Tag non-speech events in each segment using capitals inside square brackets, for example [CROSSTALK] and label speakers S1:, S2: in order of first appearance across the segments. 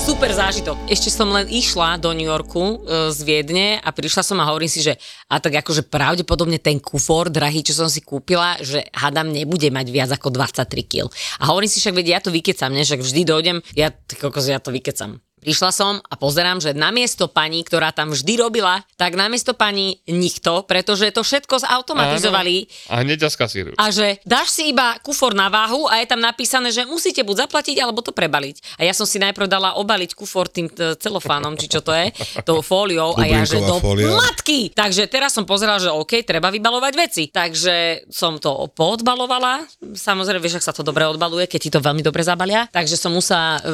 S1: Super zážitok. Ešte som len išla do New Yorku e, z Viedne a prišla som a hovorím si, že a tak akože pravdepodobne ten kufor drahý, čo som si kúpila, že hadam nebude mať viac ako 23 kg. A hovorím si však, veď ja to vykecam, ne? Však vždy dojdem, ja, ty kokos, ja to vykecam. Prišla som a pozerám, že namiesto pani, ktorá tam vždy robila, tak namiesto pani nikto, pretože to všetko zautomatizovali.
S2: Áno. A hneď ťa skasírujú.
S1: A že dáš si iba kufor na váhu a je tam napísané, že musíte buď zaplatiť, alebo to prebaliť. A ja som si najprv dala obaliť kufor tým t- celofánom, či čo to je, tou fóliou a ja, že
S3: Bublinková
S1: do
S3: fólia.
S1: matky! Takže teraz som pozerala, že OK, treba vybalovať veci. Takže som to poodbalovala. Samozrejme, vieš, ak sa to dobre odbaluje, keď ti to veľmi dobre zabalia. Takže som musela e, e,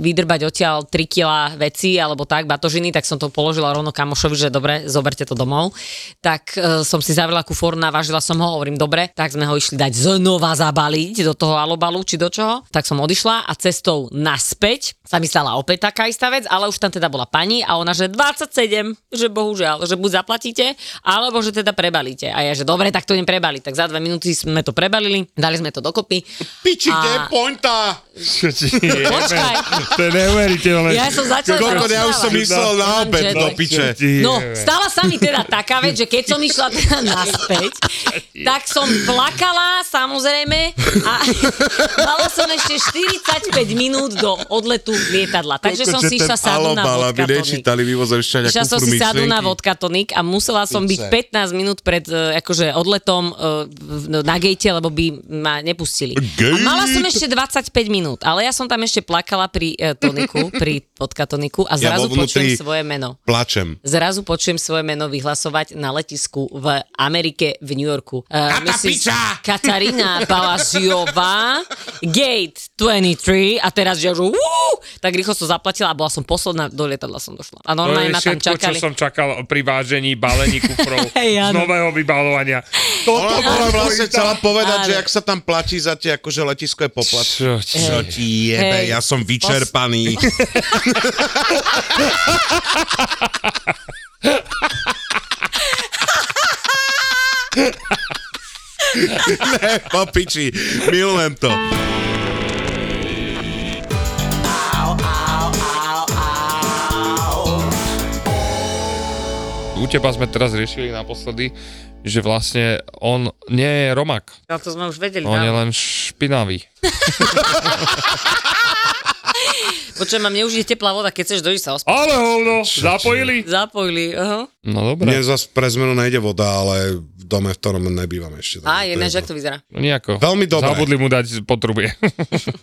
S1: vydrbať odtiaľ 3 kg veci alebo tak, batožiny, tak som to položila rovno kamošovi, že dobre, zoberte to domov. Tak e, som si zavrela kufor, navážila som ho, hovorím dobre, tak sme ho išli dať znova zabaliť do toho alobalu či do čoho. Tak som odišla a cestou naspäť sa mi stala opäť taká istá vec, ale už tam teda bola pani a ona, že 27, že bohužiaľ, že buď zaplatíte, alebo že teda prebalíte. A ja, že dobre, tak to idem prebaliť. Tak za dve minúty sme to prebalili, dali sme to dokopy.
S3: Piči, kde je
S1: A-
S3: pointa?
S2: Čo ti je?
S1: Počkaj,
S2: To je neuveriteľné.
S1: ja som začala...
S3: Koľko ja už som
S1: rozprávať.
S3: myslel na obed, do piče.
S1: No, stala sa mi teda taká vec, že keď som išla teda
S3: [LAUGHS]
S1: naspäť, tak som plakala, samozrejme, a [LAUGHS] mala som ešte 45 minút do odletu lietadla. Takže som si išla sadu na
S3: Alobal, aby
S1: vodka
S3: nečítali vyvozovšťania
S1: Išla som si sadu na vodka tonik a musela som byť
S3: Pice.
S1: 15 minút pred e, akože odletom e, v- no, na gate, lebo by ma nepustili. A
S3: Gate?
S1: mala som ešte 25 minút, ale ja som tam ešte plakala pri e, toniku, pri vodka toniku a
S3: Ja
S1: zrazu
S3: vo vnútri-
S1: počujem svoje meno
S3: Plačem.
S1: zrazu počujem svoje meno vyhlasovať na letisku v Amerike, v New Yorku. Uh,
S3: piča!
S1: Katarína Palaciová, Gate 23 a teraz že už, uh, tak rýchlo som zaplatila a bola som posledná, do lietadla som došla. A
S2: To
S1: normálne
S2: je
S1: ma tam
S2: všetko, čo
S1: čakali.
S2: som čakal pri vážení, balení kufrov,
S1: [LAUGHS] Hej, áno.
S2: nového vybalovania.
S3: Ona bola vlastne chcela povedať,
S1: Áno.
S3: že ak sa tam platí za tie akože letisko je poplatné.
S2: Čo ti-
S3: Čo ti jebe,
S1: Hej.
S3: ja som vyčerpaný. [LAUGHS] ne, po piči, milujem to.
S1: Eh.
S2: U teba sme teraz riešili naposledy, že vlastne on nie je Romak.
S1: No, to sme už vedeli.
S2: On je
S1: No,
S2: len špinavý.
S1: Počujem, a mne už je teplá voda, keď chceš dojsť sa ospa-
S2: Ale hovno, zapojili.
S1: Zapojili, aha.
S2: No dobre,
S3: Mne zase pre zmenu nejde voda, ale v dome, v ktorom nebývam
S2: No,
S3: ešte.
S1: A je než,
S3: takže to je
S1: jak to vyzerá.
S2: nejako.
S3: Veľmi dobre.
S2: Zabudli mu dať potrubie.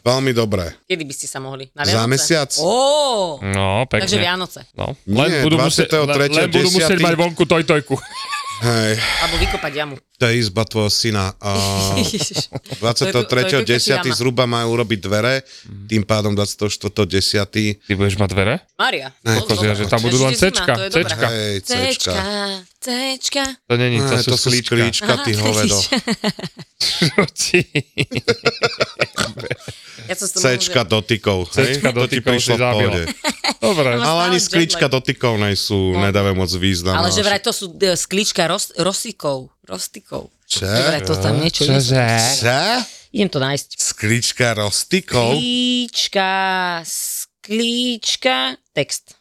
S3: Veľmi dobré.
S1: Kedy by ste sa mohli? Na Vianoce?
S3: Za mesiac?
S1: Ó,
S2: [LAUGHS] No, pekne.
S1: takže Vianoce.
S2: No.
S3: Nie,
S2: Len, budú musieť, len,
S3: 23.
S2: len budú musieť
S3: 10..
S2: mať vonku tojtojku.
S3: Hej,
S1: Alebo vykopať [LAUGHS] jamu.
S3: to je izba tvojho syna.
S1: [LAUGHS]
S3: A...
S1: To je- to je
S3: 23.10.
S1: Kukiyama.
S3: zhruba majú urobiť dvere,
S2: Mhm.
S3: tým pádom 24.10.
S2: Ty budeš mať dvere?
S1: Maria.
S3: Ne,
S1: pozor.
S2: kozia, že tam budú len
S1: Ešte zima,
S2: cečka,
S1: to je
S2: cečka.
S1: dobré.
S3: Hej,
S1: Cečka,
S3: cečka.
S1: cečka.
S2: To není, to
S3: Aj,
S2: sú sklíčka. [LAUGHS]
S3: sklíčka, ty
S1: Aha,
S3: hovedo.
S1: cečka.
S2: Čo ti?
S1: Ja som sa
S3: Cečka dotykov. hej?
S2: Cečka
S3: To ti
S2: dotykov
S3: prišlo
S2: si
S3: v
S2: zabila.
S3: pohode.
S2: Dobre.
S1: Ale-
S3: Ale ani
S1: Stále
S3: sklíčka
S1: jetlag.
S3: dotykov nejsú, nedávajú moc význam.
S1: Ale
S3: no.
S1: že vraj to sú e, sklíčka ros, rosíkov. Rostikov.
S3: Čo?
S1: Že vraj to tam niečo je.
S2: Čože?
S3: Čo?
S1: Idem to nájsť.
S3: Sklíčka rostikov?
S1: Sklíčka, sklíčka, text.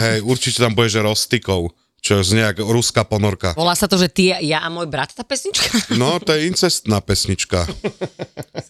S3: Hej, určite tam bude, že rostikov. Čo je nejak ruská ponorka.
S1: Volá sa to, že ty, ja a môj brat, tá
S3: [LAUGHS]
S1: pesnička?
S3: No, to je incestná pesnička.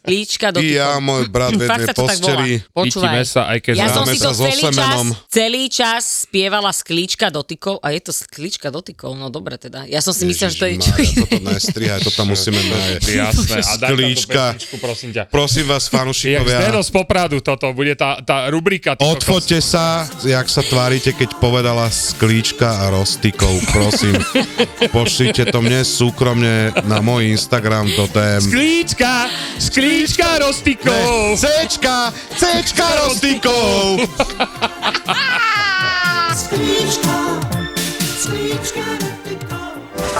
S1: Líčka do
S3: Ty
S1: typu.
S3: ja, môj brat v
S1: Fakt
S3: jednej
S1: sa to tak volá.
S3: posteli.
S1: Počúvaj.
S2: Chytíme sa, aj keď
S1: ja som
S3: známe
S1: si to
S3: sa so
S1: celý čas,
S3: semenom.
S1: celý čas spievala sklíčka dotykov. A je to sklíčka dotykov, no dobre teda. Ja som si myslela, že to je čo
S3: Ježišmarja,
S1: iné.
S3: Toto nestrihaj, to tam musíme nájsť.
S2: [LAUGHS] Jasné, a daj tam tú
S3: Sklíčka.
S2: pesničku, prosím ťa.
S3: Prosím vás,
S2: Jak Zdeno
S3: fanúšikovia,
S2: z Popradu toto, bude tá, tá rubrika. ty kokos.
S3: odfoďte sa, jak sa tvárite, keď povedala sklíčka a rostikov,
S1: [LAUGHS]
S3: prosím. Pošlite to mne súkromne na môj Instagram do tém.
S2: Sklíčka, sklíčka rostikov.
S3: Cčka, Cčka rostikov.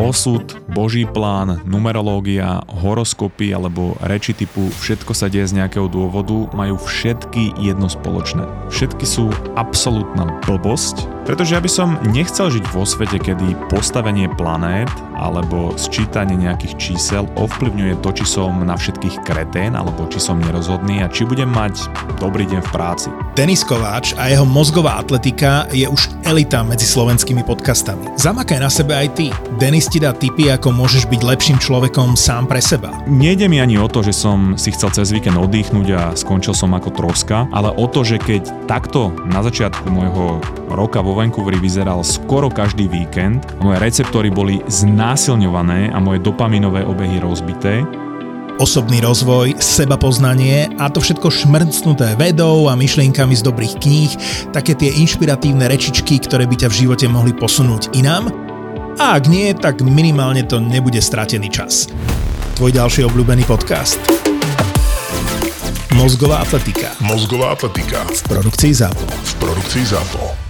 S4: Osud, boží plán, numerológia, horoskopy alebo reči typu všetko sa deje z nejakého dôvodu majú všetky jedno spoločné. Všetky sú absolútna blbosť, pretože ja by som nechcel žiť vo svete, kedy postavenie planét alebo sčítanie nejakých čísel ovplyvňuje to, či som na všetkých kretén alebo či som nerozhodný a či budem mať dobrý deň v práci.
S5: Denis Kováč a jeho mozgová atletika je už elita medzi slovenskými podcastami. Zamakaj na sebe aj ty. Denis ti dá tipy, ako môžeš byť lepším človekom sám pre seba.
S4: Nejde mi ani o to, že som si chcel cez víkend oddychnúť a skončil som ako troska, ale o to, že keď takto na začiatku môjho roka vo Vancouveri vyzeral skoro každý víkend, moje receptory boli znásilňované a moje dopaminové obehy rozbité,
S5: Osobný rozvoj, sebapoznanie a to všetko šmrcnuté vedou a myšlienkami z dobrých kníh, také tie inšpiratívne rečičky, ktoré by ťa v živote mohli posunúť inám. A ak nie, tak minimálne to nebude stratený čas. Tvoj ďalší obľúbený podcast. Mozgová atletika
S6: Mozgová atletika
S5: v produkcii ZAPO.
S6: v produkcii ZAPO.